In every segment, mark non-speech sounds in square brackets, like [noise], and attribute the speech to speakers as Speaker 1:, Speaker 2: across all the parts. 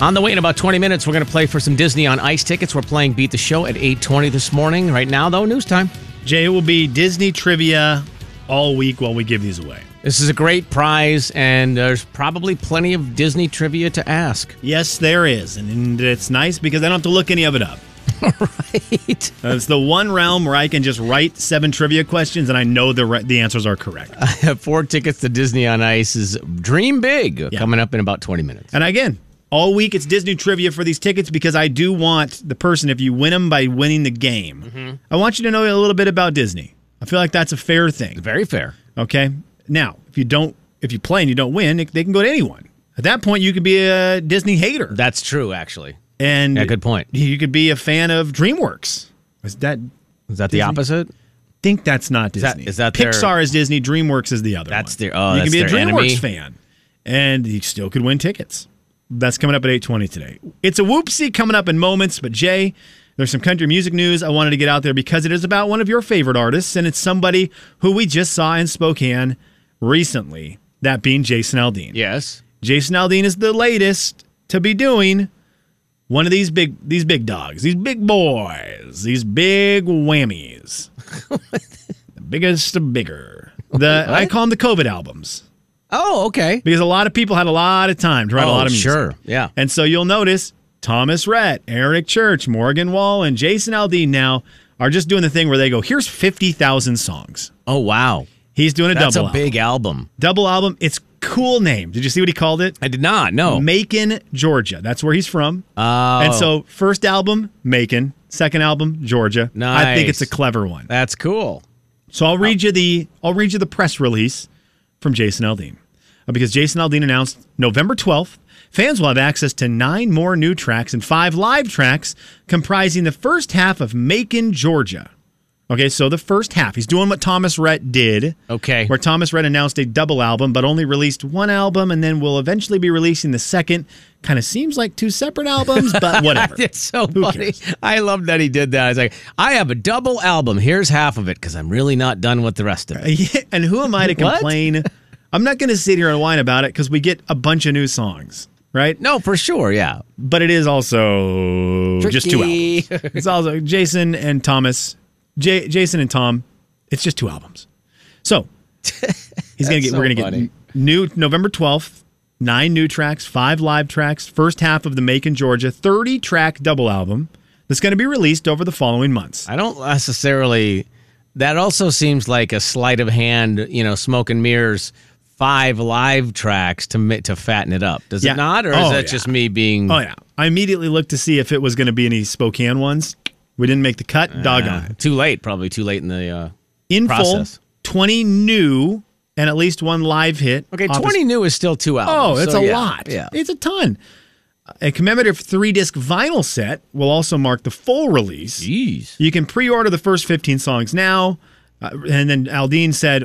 Speaker 1: On the way in about 20 minutes, we're going to play for some Disney on Ice tickets. We're playing Beat the Show at 8:20 this morning. Right now, though, news time.
Speaker 2: Jay, it will be Disney trivia all week while we give these away.
Speaker 1: This is a great prize, and there's probably plenty of Disney trivia to ask.
Speaker 2: Yes, there is. And it's nice because I don't have to look any of it up.
Speaker 1: [laughs]
Speaker 2: Uh,
Speaker 1: right.
Speaker 2: It's the one realm where I can just write seven trivia questions and I know the, re- the answers are correct.
Speaker 1: I have [laughs] four tickets to Disney on Ice is Dream Big coming up in about 20 minutes.
Speaker 2: And again, all week it's Disney trivia for these tickets because I do want the person, if you win them by winning the game, I want you to know a little bit about Disney. I feel like that's a fair thing.
Speaker 1: Very fair.
Speaker 2: Okay. Now, if you don't, if you play and you don't win, it, they can go to anyone. At that point, you could be a Disney hater,
Speaker 1: That's true, actually.
Speaker 2: and
Speaker 1: Yeah, good point.
Speaker 2: You could be a fan of DreamWorks. Is that?
Speaker 1: Is that the
Speaker 2: Disney?
Speaker 1: opposite?
Speaker 2: Think that's not
Speaker 1: that-
Speaker 2: Disney.
Speaker 1: is that their-
Speaker 2: Pixar is Disney? DreamWorks is the other.
Speaker 1: That's
Speaker 2: one.
Speaker 1: their- oh,
Speaker 2: you
Speaker 1: that's
Speaker 2: can be a
Speaker 1: their
Speaker 2: DreamWorks
Speaker 1: enemy.
Speaker 2: fan, and you still could win tickets. That's coming up at eight twenty today. It's a whoopsie coming up in moments, but Jay. There's some country music news I wanted to get out there because it is about one of your favorite artists, and it's somebody who we just saw in Spokane recently, that being Jason Aldean.
Speaker 1: Yes.
Speaker 2: Jason Aldean is the latest to be doing one of these big these big dogs, these big boys, these big
Speaker 1: [laughs]
Speaker 2: whammies. the biggest of bigger. The I call them the COVID albums
Speaker 1: Oh, okay.
Speaker 2: because a lot of people had a lot of time to write a
Speaker 1: Oh,
Speaker 2: lot of music.
Speaker 1: sure. Yeah.
Speaker 2: And so you'll notice Thomas Rhett, Eric Church, Morgan Wall, and Jason Aldean now are just doing the thing where they go, here's 50,000 songs.
Speaker 1: Oh, wow.
Speaker 2: He's doing a
Speaker 1: That's
Speaker 2: double
Speaker 1: a big album.
Speaker 2: album. Double album. It's cool name. Did you see what he called it?
Speaker 1: I did not. No.
Speaker 2: Macon, Georgia. That's where he's from.
Speaker 1: Oh.
Speaker 2: And so, first album, Macon. Second album, Georgia. I think it's a
Speaker 1: Nice.
Speaker 2: clever one.
Speaker 1: That's cool.
Speaker 2: So I'll read you the I'll read you the press release from Jason Aldean. Uh, Because Jason Aldean announced November 12th, fans will have access to nine more new tracks and five live tracks comprising the first half of Macon, Georgia. Okay, so the first half. He's doing what Thomas Rhett did.
Speaker 1: Okay.
Speaker 2: Where Thomas Rhett announced a double album, but only released one album and then will eventually be releasing the second. Kind of seems like two separate albums,
Speaker 1: [laughs]
Speaker 2: but whatever.
Speaker 1: It's so
Speaker 2: Who
Speaker 1: funny.
Speaker 2: cares?
Speaker 1: I love that he did that. It's like, I have a double album. Here's half of it because I'm really not done with the rest of it.
Speaker 2: [laughs] and who am I
Speaker 1: [laughs]
Speaker 2: to
Speaker 1: What?
Speaker 2: complain? I'm not going to sit here and whine about it because we get a bunch of new songs, right?
Speaker 1: No, for sure. Yeah.
Speaker 2: But it is also just two albums.
Speaker 1: Tricky.
Speaker 2: It's also Jason and Thomas, J- Jason and Tom. It's just two albums.
Speaker 1: [laughs]
Speaker 2: So he's gonna
Speaker 1: That's
Speaker 2: get.
Speaker 1: so
Speaker 2: we're gonna
Speaker 1: funny.
Speaker 2: get new November twelfth. Nine new tracks, five live tracks, first half of the Macon, Georgia 30 track double album that's going to be released over the following months.
Speaker 1: [laughs] I don't necessarily. That also seems like a sleight of hand, you know, smoke and mirrors, five live tracks to ma- to fatten it up. Does
Speaker 2: Yeah.
Speaker 1: it not, or
Speaker 2: Oh,
Speaker 1: is that
Speaker 2: yeah.
Speaker 1: just me being?
Speaker 2: Oh yeah. I immediately looked to see if it was going to be any Spokane ones. We didn't make the cut.
Speaker 1: Uh,
Speaker 2: Doggone. it.
Speaker 1: too late, probably too late in the. Uh,
Speaker 2: In
Speaker 1: process.
Speaker 2: full, 20 new and at least one live hit.
Speaker 1: okay,
Speaker 2: Off his-
Speaker 1: twenty new is still two
Speaker 2: Oh,
Speaker 1: albums.
Speaker 2: it's
Speaker 1: so
Speaker 2: a
Speaker 1: yeah,
Speaker 2: lot.
Speaker 1: Yeah.
Speaker 2: It's a ton. A commemorative three disc vinyl set will also mark the full release.
Speaker 1: Jeez.
Speaker 2: You can pre order the first 15 songs now. Uh, and then Aldine said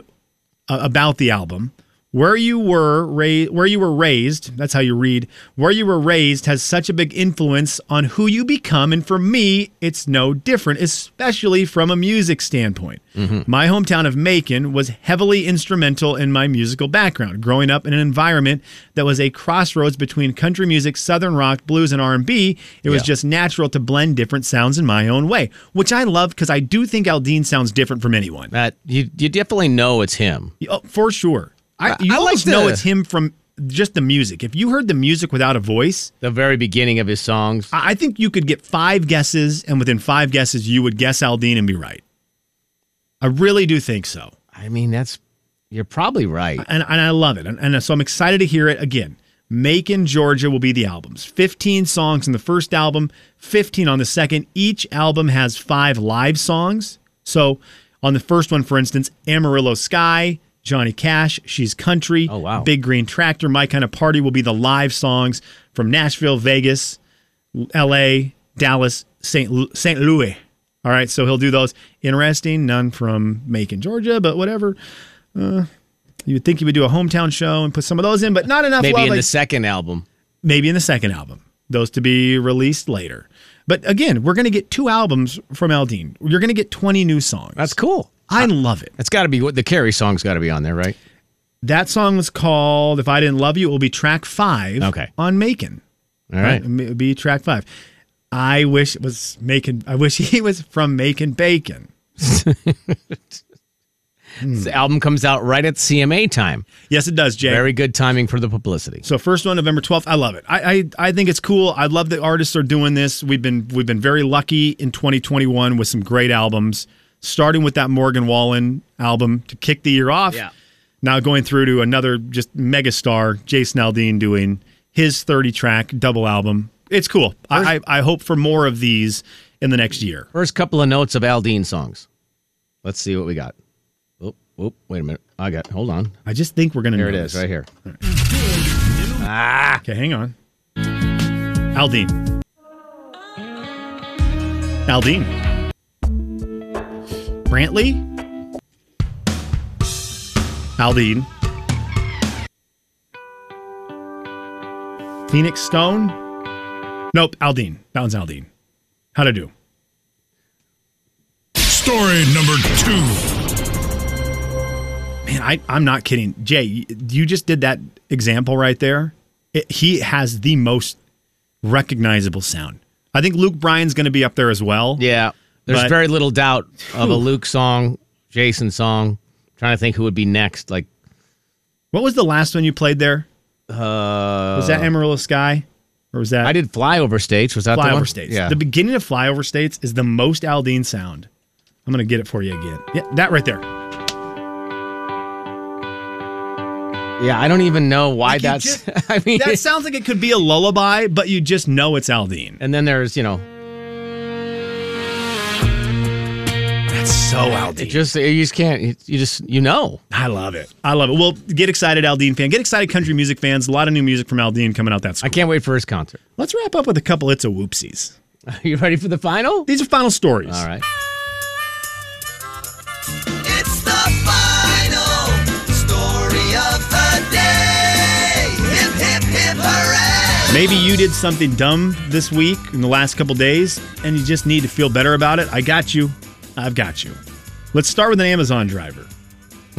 Speaker 2: uh, about the album. Where you were ra- where you were raised, that's how you read. Where you were raised has such a big influence on who you become, and for me, it's no different, especially from a music standpoint. My hometown of Macon was heavily instrumental in my musical background. Growing up in an environment that was a crossroads between country music, southern rock, blues, and R&B, it was
Speaker 1: Yeah.
Speaker 2: just natural to blend different sounds in my own way, which I love because I do think Aldine sounds different from anyone.
Speaker 1: That you you definitely know it's him.
Speaker 2: Oh, for sure. I,
Speaker 1: I-
Speaker 2: you
Speaker 1: I like
Speaker 2: almost know
Speaker 1: the-
Speaker 2: it's him from just the music. If you heard the music without a voice,
Speaker 1: The very beginning of his songs.
Speaker 2: I I think you could get five guesses, and within five guesses, you would guess Aldine and be right. I really do think so,
Speaker 1: I mean, that's you're probably right.
Speaker 2: and and I love it, and, and so I'm excited to hear it again. Macon, Georgia will be the albums. 15 songs in the first album, 15 on the second. Each album has five live songs. So, on the first one, for instance, Amarillo Sky, Johnny Cash, She's Country,
Speaker 1: Oh, wow.
Speaker 2: Big Green Tractor, My Kind of Party will be the live songs from Nashville, Vegas, L.A., Dallas, St. Lu- St. Louis. All right, so he'll do those. Interesting, none from Macon, Georgia, but whatever. Uh, you would think he would do a hometown show and put some of those in, but not enough.
Speaker 1: Maybe
Speaker 2: love,
Speaker 1: in
Speaker 2: like-
Speaker 1: the second album.
Speaker 2: maybe in the second album. Those to be released later. But again, we're going to get two albums from Aldine. You're going to get 20 new songs.
Speaker 1: That's cool.
Speaker 2: I love it.
Speaker 1: It's got to be what the Carrie song's got to be on there, right?
Speaker 2: That song was called If I Didn't Love You. It will be track five
Speaker 1: Okay.
Speaker 2: on Macon.
Speaker 1: All right.
Speaker 2: It would be track five. I wish it was making. I wish [laughs] he was from Making Bacon.
Speaker 1: The album comes out right at CMA time.
Speaker 2: Yes, it does, Jay.
Speaker 1: Very good timing for the publicity.
Speaker 2: So first one, November twelfth. I love it. I, I I think it's cool. I love that artists are doing this. We've been we've been very lucky in 2021 with some great albums, starting with that Morgan Wallen album to kick the year off.
Speaker 1: Yeah.
Speaker 2: Now going through to another just megastar, Jason Aldean doing his 30 track double album. It's cool. I, I I hope for more of these in the next year.
Speaker 1: First couple of notes of Al Dean songs. Let's see what we got. Oop, oop, wait a minute. I got, hold on.
Speaker 2: I just think we're gonna.
Speaker 1: Here it
Speaker 2: know
Speaker 1: is,
Speaker 2: this.
Speaker 1: right here.
Speaker 2: Okay, hang on. Aldine. Aldine. Brantley. Aldine. Phoenix Stone. Nope, Aldine. That one's Aldine. How'd I do?
Speaker 3: Story number two.
Speaker 2: Man, I, I'm not kidding. Jay, y- you just did that example right there. It, he has the most recognizable sound. I think Luke Bryan's going to be up there as well.
Speaker 1: Yeah. There's
Speaker 2: But-
Speaker 1: very little doubt of a Luke song, Jason song. trying to think who would be next. Like,
Speaker 2: What was the last one you played there?
Speaker 1: uh,
Speaker 2: Was that Amarillo Sky? Or was that
Speaker 1: I did Flyover States. Was that the one?
Speaker 2: Flyover States?
Speaker 1: Yeah.
Speaker 2: The beginning of Flyover States is the most Aldine sound. I'm going to get it for you again. Yeah, that right there.
Speaker 1: yeah. I don't even know why
Speaker 2: Like you
Speaker 1: that's, [laughs]
Speaker 2: just-
Speaker 1: I mean,
Speaker 2: That sounds like it could be a lullaby, but you just know it's Aldine.
Speaker 1: and then there's, you know,
Speaker 2: That's so
Speaker 1: it
Speaker 2: Aldine.
Speaker 1: just, you just can't, you you just, you know.
Speaker 2: I love it. I love it. Well, get excited, Aldine fan. Get excited, country music fans. A lot of new music from Aldine coming out. That's
Speaker 1: I can't wait for his concert. [laughs]
Speaker 2: Let's wrap up with a couple. It's a whoopsies.
Speaker 1: Are you ready for the final?
Speaker 2: These are final stories.
Speaker 1: All right.
Speaker 4: It's the final story of the day. Hip, hip, hip, hooray!
Speaker 2: Maybe you did something dumb this week in the last couple days and you just need to feel better about it. I got you. I've got you. Let's start with an Amazon driver.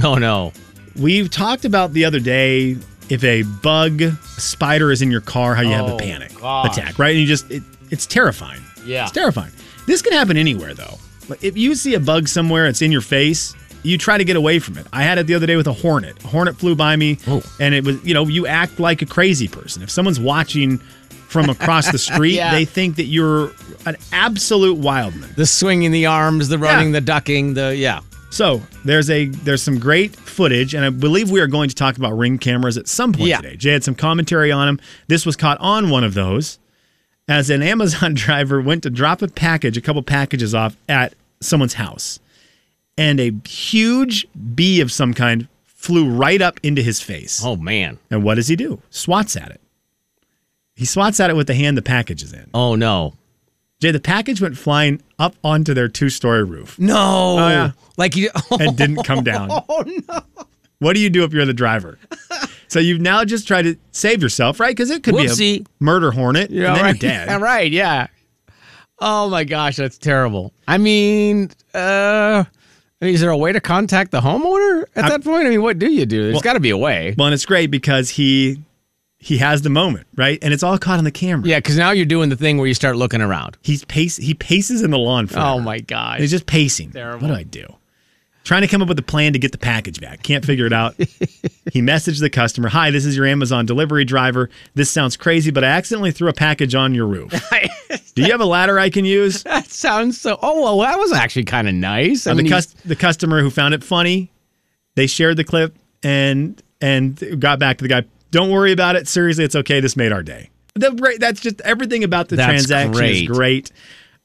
Speaker 1: Oh, no.
Speaker 2: We've talked about the other day if a bug, a spider is in your car, how you have a
Speaker 1: Oh,
Speaker 2: panic
Speaker 1: gosh.
Speaker 2: attack, right? And you just, it, it's terrifying.
Speaker 1: Yeah.
Speaker 2: It's terrifying. This can happen anywhere, though. Like, If you see a bug somewhere, it's in your face. You try to get away from it. I had it the other day with a hornet. A hornet flew by me,
Speaker 1: Oh.
Speaker 2: and it was you know you act like a crazy person. If someone's watching from across
Speaker 1: [laughs]
Speaker 2: the street,
Speaker 1: Yeah.
Speaker 2: they think that you're an absolute wildman.
Speaker 1: The swinging the arms, the running, the ducking, the, yeah.
Speaker 2: So there's a there's some great footage, and I believe we are going to talk about ring cameras at some point
Speaker 1: Yeah.
Speaker 2: today. Jay had some commentary on them. This was caught on one of those as an Amazon [laughs] driver went to drop a package, a couple packages off at someone's house, and a huge bee of some kind flew right up into his face.
Speaker 1: Oh, man.
Speaker 2: And what does he do? Swats at it. He swats at it with the hand the package is in.
Speaker 1: Oh, no.
Speaker 2: Jay, the package went flying up onto their two-story roof
Speaker 1: No.
Speaker 2: yeah.
Speaker 1: Like
Speaker 2: [laughs]
Speaker 1: you.
Speaker 2: and didn't come down.
Speaker 1: Oh no!
Speaker 2: What do you do if you're the driver? so you've now just tried to save yourself, right? Because it could be
Speaker 1: Whoopsie.
Speaker 2: a murder
Speaker 1: [laughs]
Speaker 2: hornet,
Speaker 1: Yeah,
Speaker 2: and then
Speaker 1: right. [laughs]
Speaker 2: you're dead.
Speaker 1: Yeah, right. Yeah. Oh my gosh, that's terrible. I mean, uh, I mean, is there a way to contact the homeowner at that point? I mean, what do you do? There's got to be a way.
Speaker 2: Well, and it's great because he he has the moment, right? And it's all caught on the camera.
Speaker 1: yeah, because now you're doing the thing where you start looking around.
Speaker 2: He's pace he paces in the lawn for.
Speaker 1: Oh my gosh.
Speaker 2: He's just pacing.
Speaker 1: Terrible.
Speaker 2: What do I do? Trying to come up with a plan to get the package back. Can't figure
Speaker 1: [laughs]
Speaker 2: it out. he messaged the customer Hi, this is your Amazon delivery driver. This sounds crazy, but I accidentally threw a package on
Speaker 1: [laughs]
Speaker 2: your roof. do you have a ladder I can use?
Speaker 1: that sounds so. Oh well, that was actually kind of nice. I
Speaker 2: the,
Speaker 1: mean,
Speaker 2: cus- the customer who found it funny, they shared the clip and and got back to the guy. Don't worry about it. Seriously, it's okay. This made our day. The, right, that's just everything about the
Speaker 1: That's
Speaker 2: transaction
Speaker 1: great.
Speaker 2: is great.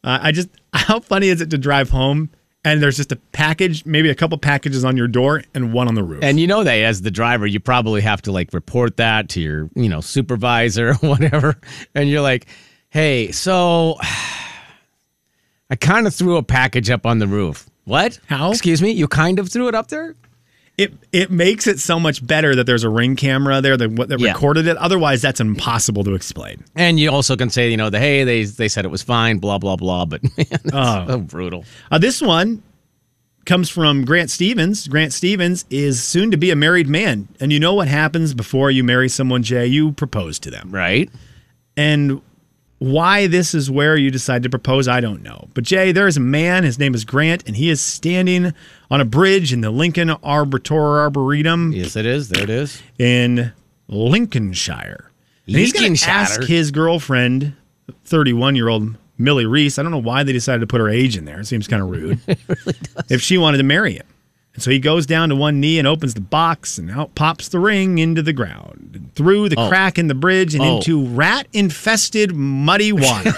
Speaker 2: Uh, I just [laughs] how funny is it to drive home and there's just a package, maybe a couple packages on your door and one on the roof.
Speaker 1: And you know that as the driver, you probably have to like report that to your, you know, supervisor [laughs] or whatever. And you're like, hey, so [sighs] I kind of threw a package up on the roof. What?
Speaker 2: How?
Speaker 1: Excuse me? You kind of threw it up there?
Speaker 2: it it makes it so much better that there's a ring camera there that, what- that
Speaker 1: Yeah.
Speaker 2: recorded it. Otherwise, that's impossible to explain.
Speaker 1: And you also can say, you know, the hey, they they said it was fine, blah, blah, blah. But [laughs] man, it's so brutal.
Speaker 2: Uh, this one comes from Grant Stevens. Grant Stevens is soon to be a married man. And you know what happens before you marry someone, Jay? You propose to them.
Speaker 1: Right?
Speaker 2: And why this is where you decide to propose, I don't know. But Jay, there is a man, his name is Grant, and he is standing on a bridge in the Lincoln Arboretor Arboretum
Speaker 1: Yes, it is. There it is.
Speaker 2: in Lincolnshire. And he's going to
Speaker 1: Lincolnshire.
Speaker 2: ask his girlfriend, 31 year old Millie Reese. I don't know why they decided to put her age in there. It
Speaker 1: [laughs]
Speaker 2: seems kind of rude. If she wanted to marry him. And so he goes down to one knee and opens the box, and out pops the ring into the ground, and through the
Speaker 1: Oh.
Speaker 2: crack in the bridge, and
Speaker 1: Oh.
Speaker 2: into rat infested
Speaker 1: [laughs]
Speaker 2: muddy water.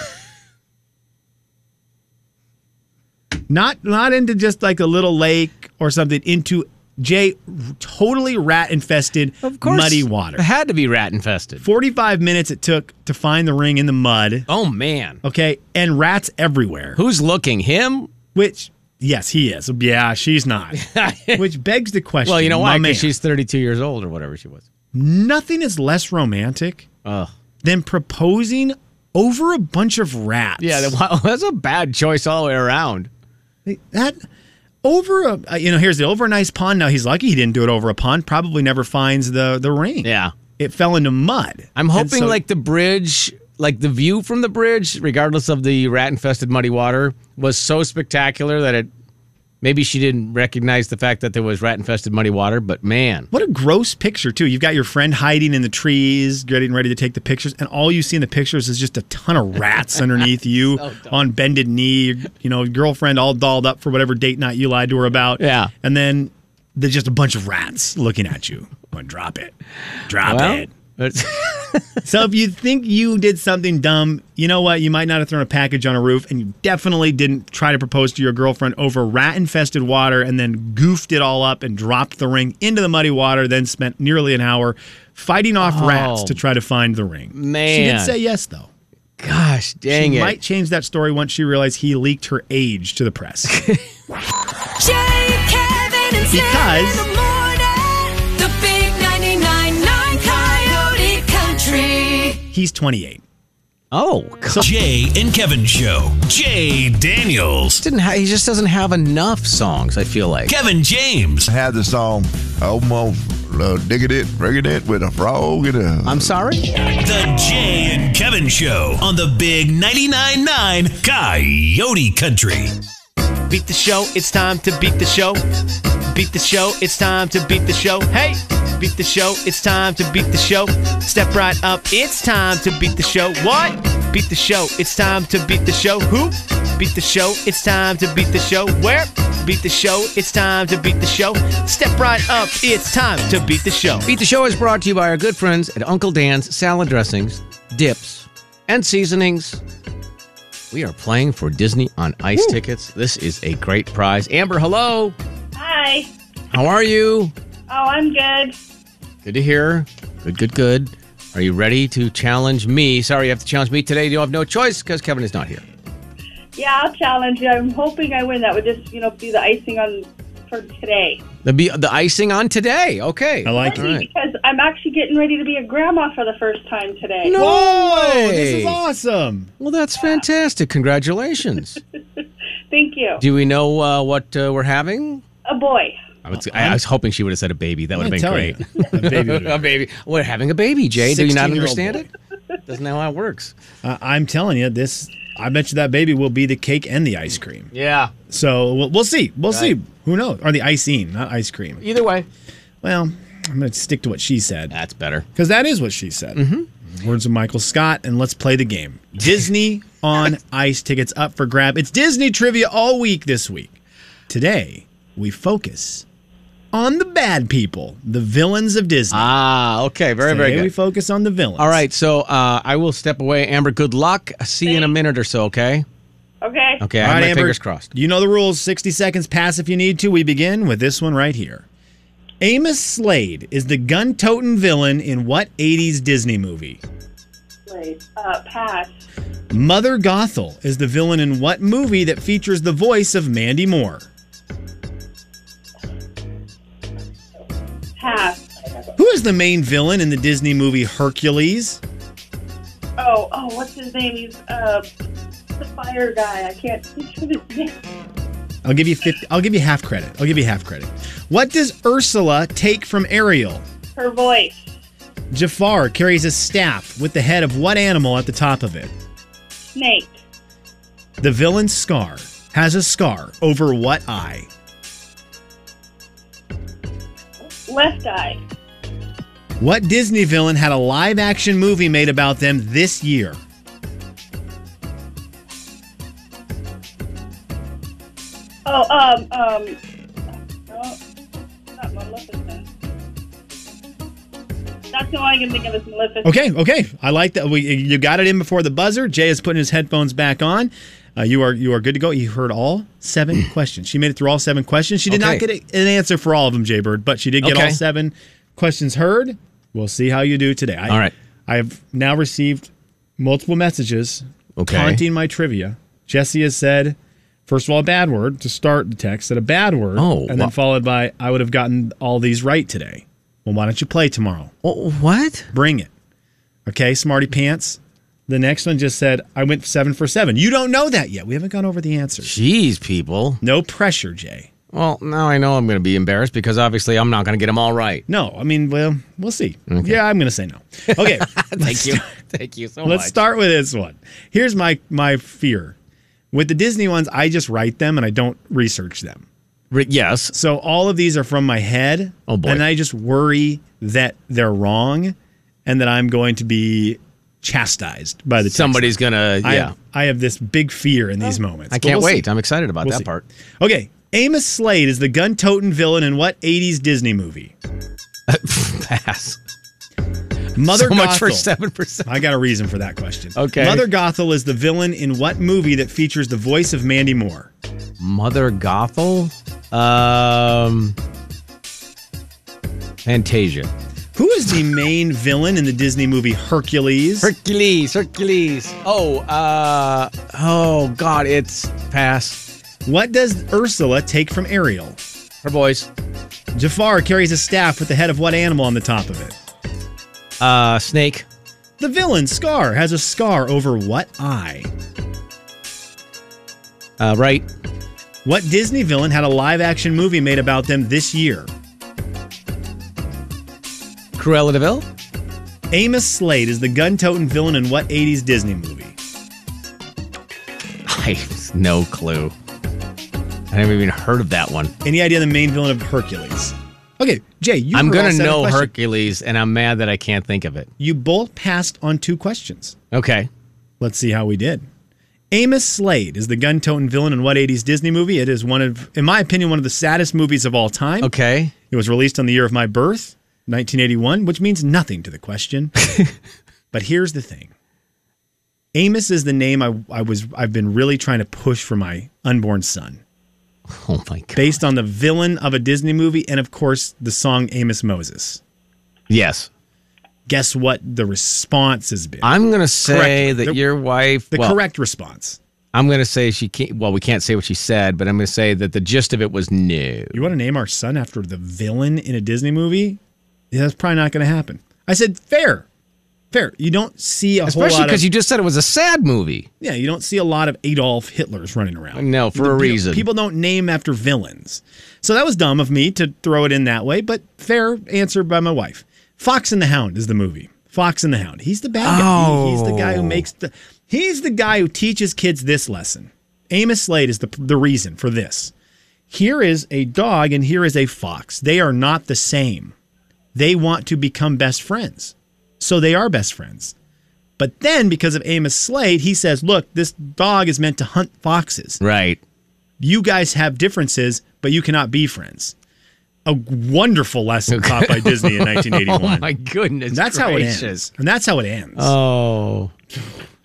Speaker 2: not not into just like a little lake or something into Jay totally rat infested muddy water.
Speaker 1: It had to be rat infested.
Speaker 2: 45 minutes it took to find the ring in the mud.
Speaker 1: Oh man.
Speaker 2: Okay, and rats everywhere.
Speaker 1: Who's looking? Him?
Speaker 2: Which yes, he is. Yeah,
Speaker 1: [laughs]
Speaker 2: she's not. Which begs the question.
Speaker 1: Well, you know why?
Speaker 2: my man,
Speaker 1: Because she's 32 years old or whatever she was.
Speaker 2: nothing is less romantic
Speaker 1: Oh.
Speaker 2: than proposing over a bunch of rats.
Speaker 1: Yeah, that- wow, [laughs] that's a bad choice all the way around.
Speaker 2: that over a uh, you know here's the over a nice pond. Now he's lucky he didn't do it over a pond. Probably never finds the the ring.
Speaker 1: Yeah.
Speaker 2: it fell into mud.
Speaker 1: I'm
Speaker 2: And
Speaker 1: hoping
Speaker 2: so-
Speaker 1: like the bridge, like the view from the bridge, regardless of the rat infested muddy water, was so spectacular that it maybe she didn't recognize the fact that there was rat infested muddy water, but man.
Speaker 2: What a gross picture, too. You've got your friend hiding in the trees, getting ready to take the pictures, and all you see in the pictures is just a ton of rats
Speaker 1: [laughs]
Speaker 2: underneath you on bended knee. You know, girlfriend all dolled up for whatever date night you lied to her about.
Speaker 1: Yeah.
Speaker 2: And then there's just a bunch of rats looking at you. Come on, drop it. Drop
Speaker 1: Well,
Speaker 2: it.
Speaker 1: it's- [laughs]
Speaker 2: So if you think you did something dumb, you know what? You might not have thrown a package on a roof, and you definitely didn't try to propose to your girlfriend over rat-infested water, and then goofed it all up and dropped the ring into the muddy water. Then spent nearly an hour fighting off rats
Speaker 1: Oh,
Speaker 2: to try to find the ring. she did
Speaker 1: man.
Speaker 2: say yes though.
Speaker 1: gosh, dang
Speaker 2: she
Speaker 1: it.
Speaker 2: might change that story once she realized he leaked her age to
Speaker 1: [laughs]
Speaker 2: the press.
Speaker 5: Jay, Kevin, and Slim
Speaker 2: Because-
Speaker 5: in the morning. The big 99.9 Coyote Country.
Speaker 2: He's 28.
Speaker 1: Oh, God.
Speaker 3: Jay and Kevin Show. Jay Daniels.
Speaker 1: didn't ha- he just doesn't have enough songs, I feel like.
Speaker 3: Kevin James.
Speaker 6: had the song almost uh, digging it, rigging it with a frog and a.
Speaker 1: I'm sorry?
Speaker 3: The Jay and Kevin Show on the big 99.9 9 Coyote Country.
Speaker 7: Beat the show, it's time to beat the show. Beat the show, it's time to beat the show. Hey! Beat the show, it's time to beat the show. Step right up, it's time to beat the show. What? Beat the show, it's time to beat the show. Who? Beat the show, it's time to beat the show. Where? Beat the show, it's time to beat the show. Step right up, it's time to beat the show.
Speaker 1: Beat the Show is brought to you by our good friends at Uncle Dan's Salad Dressings, Dips, and Seasonings. We are playing for Disney on Ice tickets. This is a great prize. Amber, hello.
Speaker 8: Hi.
Speaker 1: How are you?
Speaker 8: Oh, I'm good.
Speaker 1: Good to hear. Good, good, good. Are you ready to challenge me? Sorry, you have to challenge me today. You have no choice because Kevin is not here.
Speaker 8: Yeah, I'll challenge you. I'm hoping I win. That would just, you know, be the icing on for today.
Speaker 1: The, be- the icing on today. Okay.
Speaker 2: I like
Speaker 1: All
Speaker 2: it.
Speaker 1: right.
Speaker 8: Because I'm actually getting ready to be a grandma for the first time today.
Speaker 1: No
Speaker 2: Whoa! This
Speaker 1: way.
Speaker 2: is awesome.
Speaker 1: Well, that's fantastic. Congratulations.
Speaker 8: Thank you.
Speaker 1: Do we know uh, what uh, we're having?
Speaker 8: A boy.
Speaker 1: I was, I, I was hoping she would have said a baby. That would have been
Speaker 2: tell
Speaker 1: great.
Speaker 2: you. The baby
Speaker 1: [laughs]
Speaker 2: would
Speaker 1: a
Speaker 2: have-
Speaker 1: baby. We're having a baby, Jay. Do you not
Speaker 2: 16-year-old
Speaker 1: understand it? Doesn't know how it works.
Speaker 2: I- I'm telling you, this. I bet you that baby will be the cake and the ice cream.
Speaker 1: Yeah.
Speaker 2: So we'll, we'll see. We'll
Speaker 1: Right.
Speaker 2: see. Who knows? Or the icing, not ice cream.
Speaker 1: Either way,
Speaker 2: Well, I'm going to stick to what she said
Speaker 1: that's better.
Speaker 2: because that is what she said.
Speaker 1: Mm-hmm.
Speaker 2: Words of Michael Scott, and let's play the game. Disney
Speaker 1: [laughs]
Speaker 2: on ice tickets up for grab. It's Disney trivia all week this week. Today, we focus on the bad people, the villains of Disney.
Speaker 1: Ah, okay. Very, very
Speaker 2: Today we
Speaker 1: good.
Speaker 2: focus on the villains.
Speaker 1: All right. So uh, I will step away. Amber, good luck. See you in a minute or so, okay?
Speaker 8: Okay.
Speaker 1: Okay. I
Speaker 2: All
Speaker 1: have
Speaker 2: right,
Speaker 1: my
Speaker 2: Amber,
Speaker 1: fingers crossed.
Speaker 2: You know the rules. 60 seconds pass if you need to. We begin with this one right here. Amos Slade is the gun toting villain in what 80s Disney movie?
Speaker 8: Wait. Uh, pass.
Speaker 2: Mother Gothel is the villain in what movie that features the voice of Mandy Moore?
Speaker 8: Pass.
Speaker 2: Who is the main villain in the Disney movie Hercules?
Speaker 8: Oh, oh, what's his name? He's uh, the fire guy. I can't think of his name.
Speaker 2: I'll give you 50, I'll give you half credit. I'll give you half credit. What does Ursula take from Ariel?
Speaker 8: Her voice.
Speaker 2: Jafar carries a staff with the head of what animal at the top of it?
Speaker 8: Snake.
Speaker 2: The villain Scar has a scar over what eye?
Speaker 8: Left eye.
Speaker 2: What Disney villain had a live action movie made about them this year?
Speaker 8: Oh, um, um. Oh, not Maleficent. That's the one I can think of as Maleficent.
Speaker 2: Okay, okay. I like that. We, you got it in before the buzzer. Jay is putting his headphones back on. Uh, you are you are good to go. You heard all
Speaker 1: [clears throat]
Speaker 2: seven questions. She made it through all seven questions. She did not
Speaker 1: Okay.
Speaker 2: get a, an answer for all of them, Jay Bird, but she did get
Speaker 1: Okay.
Speaker 2: all seven questions heard. We'll see how you do today. I,
Speaker 1: All right.
Speaker 2: I have now received multiple messages
Speaker 1: Okay.
Speaker 2: taunting my trivia. Jesse has said, first of all, a bad word to start the text, said a bad word,
Speaker 1: Oh,
Speaker 2: and then
Speaker 1: wha-
Speaker 2: followed by, I would have gotten all these right today. Well, why don't you play tomorrow?
Speaker 1: Oh, what?
Speaker 2: Bring it. Okay, Smarty Pants. The next one just said, I went seven for seven. You don't know that yet. We haven't gone over the answers.
Speaker 1: Jeez, people.
Speaker 2: No pressure, Jay.
Speaker 1: Well, now I know I'm going to be embarrassed because obviously I'm not going to get them all [laughs] right.
Speaker 2: No, I mean, well, we'll see. Yeah, I'm going to say no. Okay.
Speaker 1: [laughs] Thank you. Thank you so much.
Speaker 2: Let's start with this one. Here's my my fear. With the Disney ones, I just write them and I don't research them.
Speaker 1: Re- yes.
Speaker 2: So all of these are from my head.
Speaker 1: Oh, boy.
Speaker 2: And I just worry that they're wrong and that I'm going to be chastised by the text.
Speaker 1: Somebody's going to,
Speaker 2: I,
Speaker 1: yeah.
Speaker 2: I have this big fear in these moments.
Speaker 1: I
Speaker 2: but
Speaker 1: can't
Speaker 2: we'll see.
Speaker 1: wait. I'm excited about
Speaker 2: We'll
Speaker 1: that
Speaker 2: see.
Speaker 1: part.
Speaker 2: Okay. Amos Slade is the gun toting villain in what 80s Disney movie?
Speaker 1: [laughs] Pass.
Speaker 2: Mother
Speaker 1: so much for
Speaker 2: Gothel.
Speaker 1: 7%.
Speaker 2: I got a reason for that question.
Speaker 1: Okay.
Speaker 2: Mother Gothel is the villain in what movie that features the voice of Mandy Moore?
Speaker 1: Mother Gothel? Um, Fantasia.
Speaker 2: Who is the main villain in the Disney movie Hercules?
Speaker 1: Hercules, Hercules. Oh, uh, oh, God, it's pass.
Speaker 2: what does Ursula take from Ariel?
Speaker 1: Her voice.
Speaker 2: Jafar carries a staff with the head of what animal on the top of it?
Speaker 1: Uh, snake.
Speaker 2: The villain Scar has a scar over what eye?
Speaker 1: Uh, right.
Speaker 2: What Disney villain had a live action movie made about them this year?
Speaker 1: Cruella Deville.
Speaker 2: Amos Slade is the gun toting villain in what 80s Disney movie?
Speaker 1: [laughs] I have no clue. I haven't even heard of that one.
Speaker 2: Any idea the main villain of Hercules? Okay, Jay, you
Speaker 1: I'm
Speaker 2: heard all
Speaker 1: gonna
Speaker 2: seven
Speaker 1: know
Speaker 2: questions.
Speaker 1: Hercules, and I'm mad that I can't think of it.
Speaker 2: You both passed on two questions.
Speaker 1: Okay.
Speaker 2: Let's see how we did. Amos Slade is the gun toting villain in what 80s Disney movie? It is one of, in my opinion, one of the saddest movies of all time.
Speaker 1: Okay.
Speaker 2: It was released on the year of my birth, 1981, which means nothing to the question.
Speaker 1: [laughs]
Speaker 2: but here's the thing. Amos is the name I, I was I've been really trying to push for my unborn son,
Speaker 1: Oh my god.
Speaker 2: based on the villain of a Disney movie and of course the song Amos Moses.
Speaker 1: Yes.
Speaker 2: Guess what the response has been?
Speaker 1: I'm gonna say
Speaker 2: Correct.
Speaker 1: that
Speaker 2: The-
Speaker 1: your wife.
Speaker 2: the
Speaker 1: well,
Speaker 2: correct response.
Speaker 1: I'm gonna say she can't. Well, we can't say what she said, but I'm gonna say that the gist of it was no.
Speaker 2: You want to name our son after the villain in a Disney movie? Yeah, that's probably not going to happen. I said fair, fair. You don't see a whole
Speaker 1: Especially
Speaker 2: lot of
Speaker 1: because you just said it was a sad movie.
Speaker 2: yeah. You don't see a lot of Adolf Hitlers running around.
Speaker 1: No, for
Speaker 2: The
Speaker 1: a
Speaker 2: pe-
Speaker 1: reason.
Speaker 2: People don't name after villains, so that was dumb of me to throw it in that way. But fair answer by my wife. Fox and the Hound is the movie. Fox and the Hound. He's the bad guy. He- he's the guy who
Speaker 1: Oh.
Speaker 2: makes the. He's the guy who teaches kids this lesson. Amos Slade is the the reason for this. Here is a dog and here is a fox. They are not the same. They want to become best friends. So they are best friends. But then, because of Amos Slade, he says, Look, this dog is meant to hunt foxes.
Speaker 1: Right.
Speaker 2: You guys have differences, but you cannot be friends. A wonderful lesson taught
Speaker 1: [laughs]
Speaker 2: by Disney in
Speaker 1: [laughs]
Speaker 2: 1981.
Speaker 1: Oh my goodness.
Speaker 2: and that's
Speaker 1: gracious.
Speaker 2: how it ends. And that's how it ends.
Speaker 1: Oh.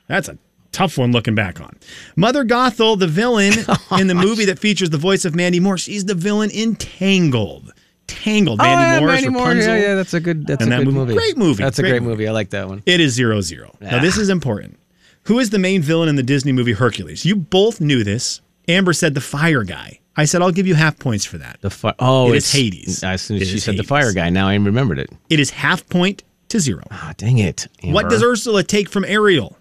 Speaker 2: That's a tough one looking back on. Mother Gothel,
Speaker 1: [laughs]
Speaker 2: the villain
Speaker 1: Oh
Speaker 2: in the movie that features the voice of Mandy Moore, she's the villain in Tangled. Tangled, Mandy
Speaker 1: oh, yeah,
Speaker 2: Moore, is
Speaker 1: Mandy Moore.
Speaker 2: Rapunzel.
Speaker 1: Yeah, yeah, that's a good. That's
Speaker 2: And
Speaker 1: a
Speaker 2: that
Speaker 1: good
Speaker 2: movie-
Speaker 1: movie.
Speaker 2: great movie,
Speaker 1: That's
Speaker 2: great
Speaker 1: a great
Speaker 2: movie.
Speaker 1: movie. I like that one.
Speaker 2: It is zero zero. Now
Speaker 1: Ah.
Speaker 2: this is important. Who is the main villain in the Disney movie Hercules? You both knew this. Amber said the fire guy. I said I'll give you half points for that.
Speaker 1: The fire. Oh,
Speaker 2: It is
Speaker 1: it's
Speaker 2: Hades.
Speaker 1: As soon
Speaker 2: It
Speaker 1: as she
Speaker 2: is
Speaker 1: said
Speaker 2: Hades.
Speaker 1: the fire guy, now I remembered it.
Speaker 2: It is half point to zero.
Speaker 1: Ah, dang it.
Speaker 2: What
Speaker 1: Amber.
Speaker 2: does Ursula take from Ariel?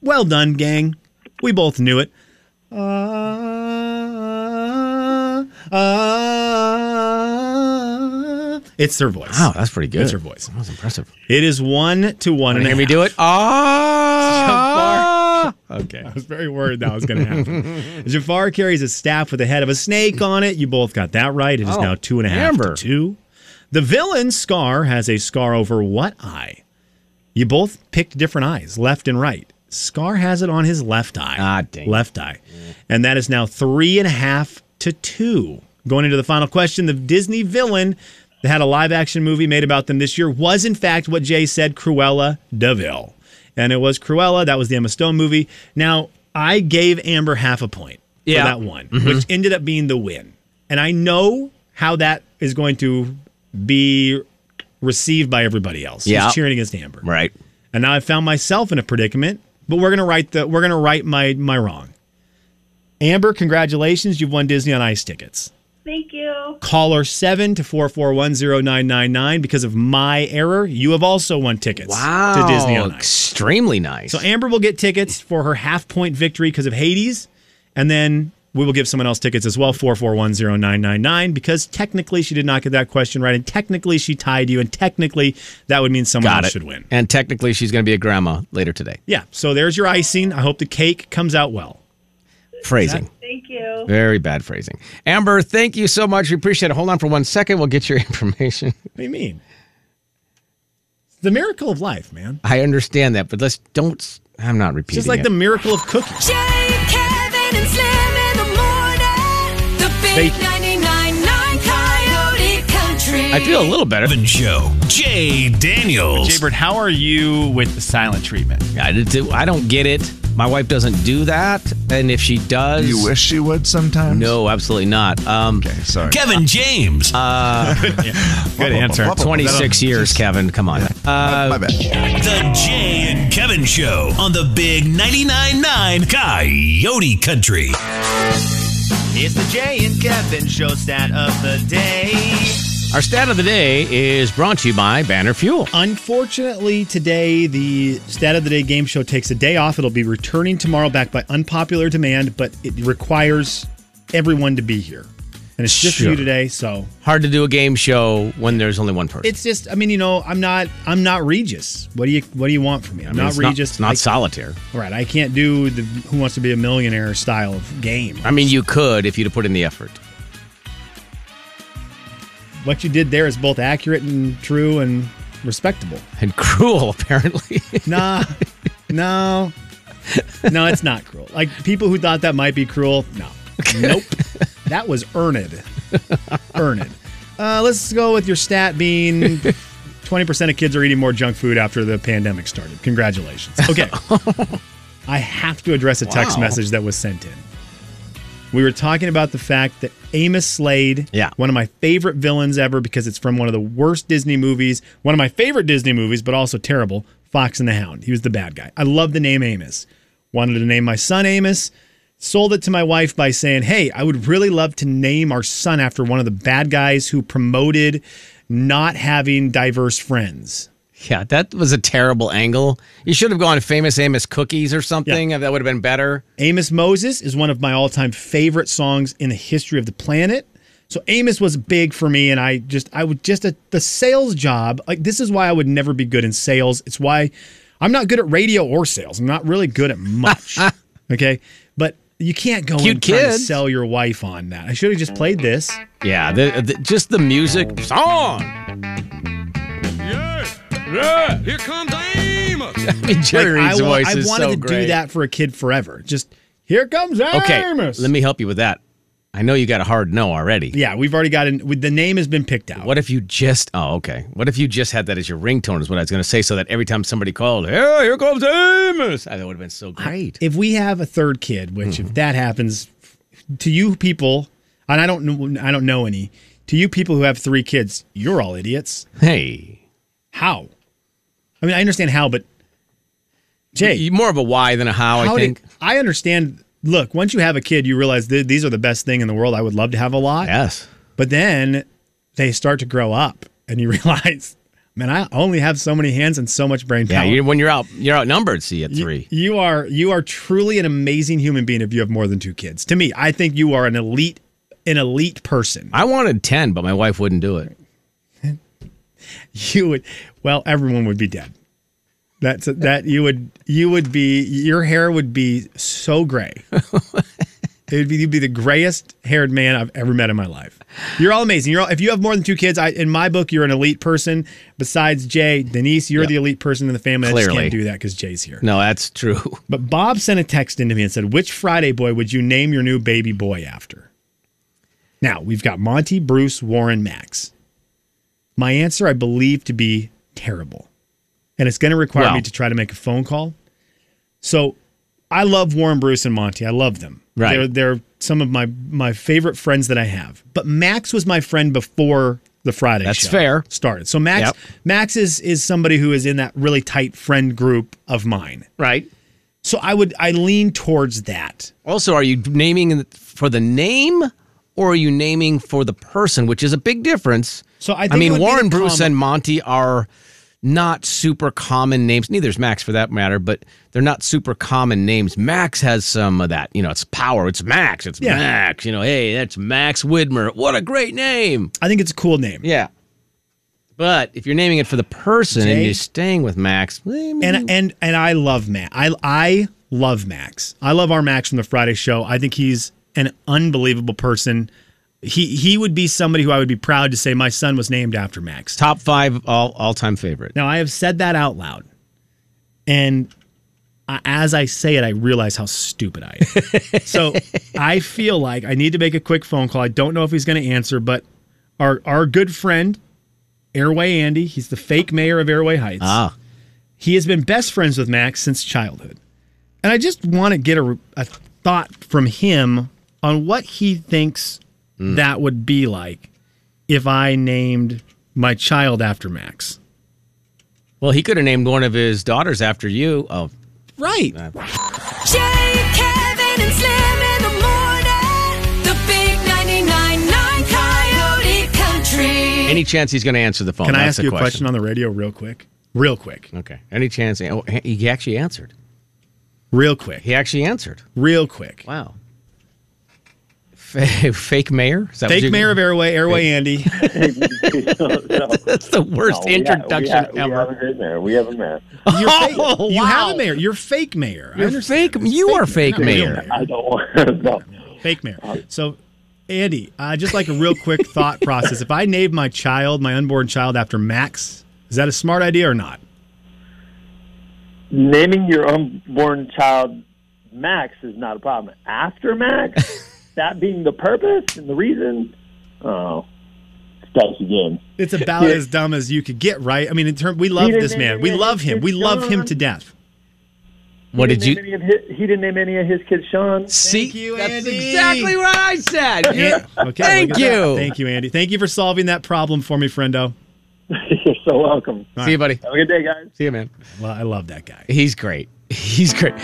Speaker 2: Well done, gang. We both knew it. Ah, ah, It's her voice.
Speaker 1: Wow, that's pretty good.
Speaker 2: It's her voice.
Speaker 1: That was impressive.
Speaker 2: It is one to one and
Speaker 1: Wanna hear
Speaker 2: a
Speaker 1: me
Speaker 2: half.
Speaker 1: do it?
Speaker 2: [laughs]
Speaker 1: Ah! Okay.
Speaker 2: I was very worried that was going to happen. Jafar carries a staff with the head of a snake on it. You both got that right. It is
Speaker 1: Oh,
Speaker 2: now two and a half
Speaker 1: Amber.
Speaker 2: to two. The villain Scar has a scar over what eye? You both picked different eyes, left and right. Scar has it on his left eye.
Speaker 1: Ah, dang.
Speaker 2: Left eye. And that is now three and a half to two. Going into the final question, the Disney villain that had a live action movie made about them this year was, in fact, what Jay said Cruella DeVille. And it was Cruella. That was the Emma Stone movie. Now, I gave Amber half a point
Speaker 1: Yeah. Mm-hmm.
Speaker 2: for that one, which ended up being the win. And I know how that is going to be received by everybody else.
Speaker 1: Yeah.
Speaker 2: Who's cheering against Amber
Speaker 1: Right.
Speaker 2: and now I found myself in a predicament. But we're gonna write the we're gonna write my my wrong. Amber, congratulations! You've won Disney on Ice tickets.
Speaker 8: Thank you.
Speaker 2: Caller seven to four four one zero nine nine nine. Because of my error, you have also won tickets
Speaker 1: Wow.
Speaker 2: to Disney on Ice.
Speaker 1: Extremely nice.
Speaker 2: So Amber will get tickets for her half point victory because of Hades, and then we will give someone else tickets as well four four one zero nine nine nine because technically she did not get that question right, and technically she tied you, and technically that would mean someone
Speaker 1: Got it.
Speaker 2: else should win.
Speaker 1: And technically, she's going to be a grandma later today.
Speaker 2: Yeah, so there's your icing. I hope the cake comes out well.
Speaker 1: Phrasing.
Speaker 8: Thank you.
Speaker 1: Very bad phrasing. Amber, thank you so much. We appreciate it. Hold on for one second. We'll get your [laughs] information.
Speaker 2: What do you mean? It's the miracle of life, man.
Speaker 1: I understand that, but let's don't. I'm not repeating.
Speaker 2: Just like
Speaker 1: it.
Speaker 2: the miracle of cookies.
Speaker 5: Jay, Kevin, and Slim in the morning. The big
Speaker 2: Bacon.
Speaker 5: 99.9 Coyote Country.
Speaker 1: I feel a little better.
Speaker 3: Kevin Show. Jay
Speaker 7: Jay
Speaker 3: Daniels.
Speaker 7: Bird, how are you with the silent treatment?
Speaker 1: I, did too. I don't get it. My wife doesn't do that, and if she does,
Speaker 6: You wish you would sometimes?
Speaker 1: no, absolutely not. Um,
Speaker 6: Okay, sorry.
Speaker 3: Kevin James.
Speaker 7: Good answer.
Speaker 2: Oh,
Speaker 1: 26
Speaker 2: uh,
Speaker 1: years, Kevin. Come on.
Speaker 6: My bad.
Speaker 3: the Jay and Kevin Show on the big 99.9 9 Coyote Country.
Speaker 7: It's the Jay and Kevin show stat of the day.
Speaker 1: Our stat of the day is brought to you by Banner Fuel.
Speaker 2: Unfortunately, today the Stat of the Day game show takes a day off. It'll be returning tomorrow, back by unpopular demand, but it requires everyone to be here. And it's just
Speaker 1: Sure.
Speaker 2: you today, so
Speaker 1: Hard to do a game show when there's only one person.
Speaker 2: it's just. I mean, you know, I'm not. I'm not Regis. What do you What do you want from me? I'm
Speaker 1: I mean,
Speaker 2: not
Speaker 1: it's
Speaker 2: Regis.
Speaker 1: It's not
Speaker 2: I-
Speaker 1: solitaire.
Speaker 2: right. I can't do the Who Wants to Be a Millionaire style of game.
Speaker 1: I mean, you could if you'd have put in the effort.
Speaker 2: what you did there is both accurate and true and respectable.
Speaker 1: And [laughs] cruel, apparently. [laughs]
Speaker 2: [laughs] Nah, no, no, it's not cruel. Like people who thought that might be cruel, no, nope, that was earned, earned. Uh, let's go with your stat being. 20% of kids are eating more junk food after the pandemic started. Congratulations. Okay. I have to address a text
Speaker 1: Wow.
Speaker 2: message that was sent in. We were talking about the fact that Amos Slade,
Speaker 1: Yeah.
Speaker 2: one of my favorite villains ever because it's from one of the worst Disney movies, one of my favorite Disney movies, but also terrible, Fox and the Hound. He was the bad guy. I love the name Amos. Wanted to name my son Amos. Sold it to my wife by saying, Hey, I would really love to name our son after one of the bad guys who promoted not having diverse friends.
Speaker 1: yeah, that was a terrible angle. You should have gone famous Amos cookies or something. That would have been better.
Speaker 2: Amos Moses is one of my all time favorite songs in the history of the planet. So Amos was big for me, and I just, I would just, a, the sales job, like this is why I would never be good in sales. It's why I'm not good at radio or sales. I'm not really good at
Speaker 1: [laughs]
Speaker 2: much. okay. But you can't go
Speaker 1: Cute
Speaker 2: and try to
Speaker 1: kids.
Speaker 2: sell your wife on that. I should have just played this.
Speaker 1: Yeah, the, the, just the music. Oh, Song. I mean, Jerry
Speaker 2: Like,
Speaker 1: Reed's
Speaker 2: I, wa-
Speaker 1: voice
Speaker 2: I
Speaker 1: is
Speaker 2: wanted
Speaker 1: so
Speaker 2: to
Speaker 1: great.
Speaker 2: do that for a kid forever. Just, here comes
Speaker 1: Okay,
Speaker 2: Amos.
Speaker 1: let me help you with that. I know you got a hard no already.
Speaker 2: yeah, we've already gotten, with- the name has been picked out.
Speaker 1: What if you just? Oh, okay. What if you just had that as your ringtone? Is what I was going to say. So that every time somebody called, "Hey, here comes Amos," Ah, that would have been so great.
Speaker 2: if we have a third kid, which if that happens to you people, and I don't know, I don't know any to you people who have three kids, you're all idiots.
Speaker 1: hey,
Speaker 2: How? I mean, I understand how, but Jay,
Speaker 1: You- more of a why than a how.
Speaker 2: how
Speaker 1: I
Speaker 2: did-
Speaker 1: think.
Speaker 2: I understand. Look, once you have a kid, you realize th- these are the best thing in the world. I would love to have a lot,
Speaker 1: yes.
Speaker 2: but then they start to grow up, and you [laughs] realize, man, I only have so many hands and so much brain
Speaker 1: Yeah.
Speaker 2: power.
Speaker 1: you when you're out, you're outnumbered. See at
Speaker 2: Y-
Speaker 1: three.
Speaker 2: You are you are truly an amazing human being if you have more than two kids. To me, I think you are an elite an elite person. [laughs]
Speaker 1: I wanted ten, but my wife wouldn't do it.
Speaker 2: you would well everyone would be dead that's that you would you would be your hair would be so gray it would be you'd be the grayest haired man i've ever met in my life you're all amazing you're all, if you have more than two kids i in my book you're an elite person besides jay denise you're the elite person in the family i just
Speaker 1: Clearly.
Speaker 2: can't do that because jay's here
Speaker 1: No, that's true. [laughs]
Speaker 2: but bob sent a text into me and said which friday boy would you name your new baby boy after now we've got monty bruce warren max my answer I believe to be terrible. And it's going to require
Speaker 1: Wow.
Speaker 2: me to try to make a phone call. So I love Warren Bruce and Monty. I love them.
Speaker 1: Right.
Speaker 2: They're, they're some of my, my favorite friends that I have. But Max was my friend before the Friday
Speaker 1: That's
Speaker 2: show
Speaker 1: fair.
Speaker 2: started. So Max
Speaker 1: Yep.
Speaker 2: Max is is somebody who is in that really tight friend group of mine.
Speaker 1: Right.
Speaker 2: So I would I lean towards that.
Speaker 1: Also, are you naming for the name or are you naming for the person, which is a big difference?
Speaker 2: So I think
Speaker 1: I
Speaker 2: it
Speaker 1: mean,
Speaker 2: would be
Speaker 1: Warren
Speaker 2: the
Speaker 1: Bruce
Speaker 2: com-
Speaker 1: and Monty are not super common names. Neither is Max for that matter, but they're not super common names. Max has some of that. You know, it's power. It's Max. It's
Speaker 2: Yeah.
Speaker 1: Max. You know, hey, that's Max Widmer. What a great name.
Speaker 2: I think it's a cool name.
Speaker 1: Yeah. But if you're naming it for the person and
Speaker 2: Jay?
Speaker 1: you're staying with Max, eh, maybe-
Speaker 2: and and and I love Max. I I love Max. I love our Max from the Friday Show. I think he's an unbelievable person. He he would be somebody who I would be proud to say my son was named after Max.
Speaker 1: top five all all time favorite.
Speaker 2: Now I have said that out loud, and I, as I say it, I realize how stupid I am. so I feel like I need to make a quick phone call. I don't know if he's going to answer, but our our good friend. Airway Andy, he's the fake mayor of Airway Heights.
Speaker 1: Ah,
Speaker 2: He has been best friends with Max since childhood. And I just want to get a, a thought from him on what he thinks that would be like if I named my child after Max.
Speaker 1: well, he could have named one of his daughters after you. Oh,
Speaker 2: Right.
Speaker 5: Jay, Kevin, and Slim in the morning. The big 99.9 Coyote Country.
Speaker 1: any chance he's going to answer the phone?
Speaker 2: Can I
Speaker 1: Oh, That's
Speaker 2: ask
Speaker 1: the
Speaker 2: you a question. on the radio real quick? Real quick.
Speaker 1: Okay. Any chance? Oh, he he actually answered.
Speaker 2: Real quick.
Speaker 1: He actually answered.
Speaker 2: Real quick.
Speaker 1: Wow. Fake, [laughs] fake mayor? Is that what
Speaker 2: Fake
Speaker 1: you-
Speaker 2: mayor of Airway, Airway Andy.
Speaker 1: [laughs] That's the
Speaker 9: No, we ha-
Speaker 1: worst
Speaker 9: we
Speaker 1: introduction
Speaker 9: ha- Oh, we have
Speaker 1: ever.
Speaker 9: a good mayor. We have a mayor.
Speaker 2: You're fake-
Speaker 1: Oh,
Speaker 2: You
Speaker 1: wow.
Speaker 2: have a mayor. You're fake mayor. I
Speaker 1: You're
Speaker 2: understand
Speaker 1: fake-
Speaker 2: this.
Speaker 1: you are fake
Speaker 2: not real
Speaker 1: mayor.
Speaker 9: I don't [laughs] want no. Uh,
Speaker 2: Fake mayor. So, Andy, uh, just like a real
Speaker 9: [laughs]
Speaker 2: quick thought process. If I name my child, my unborn child, after Max, is that a smart idea or not?
Speaker 9: Naming your unborn child Max is not a problem. After Max, that being the purpose and the reason, oh, it's dice again.
Speaker 2: It's about as dumb as you could get, right? I mean, in term, we love
Speaker 9: Peter,
Speaker 2: this man.
Speaker 9: Peter,
Speaker 2: We love him. We love him
Speaker 9: [laughs]
Speaker 2: to death.
Speaker 1: What
Speaker 9: He
Speaker 1: did
Speaker 9: didn't
Speaker 1: you
Speaker 9: name any of his- he didn't name any of his kids Sean. [laughs]
Speaker 1: see?
Speaker 2: you,
Speaker 1: That's
Speaker 2: Andy.
Speaker 1: exactly what I said.
Speaker 2: Yeah. Okay.
Speaker 1: Thank
Speaker 2: look at that.
Speaker 1: you.
Speaker 2: Thank you, Andy. Thank you for solving that problem for me, friendo.
Speaker 9: You're so welcome.
Speaker 1: See you, buddy.
Speaker 9: Have a good day, guys.
Speaker 1: See you, man.
Speaker 2: Well, I love that guy.
Speaker 1: He's great. [laughs] He's great.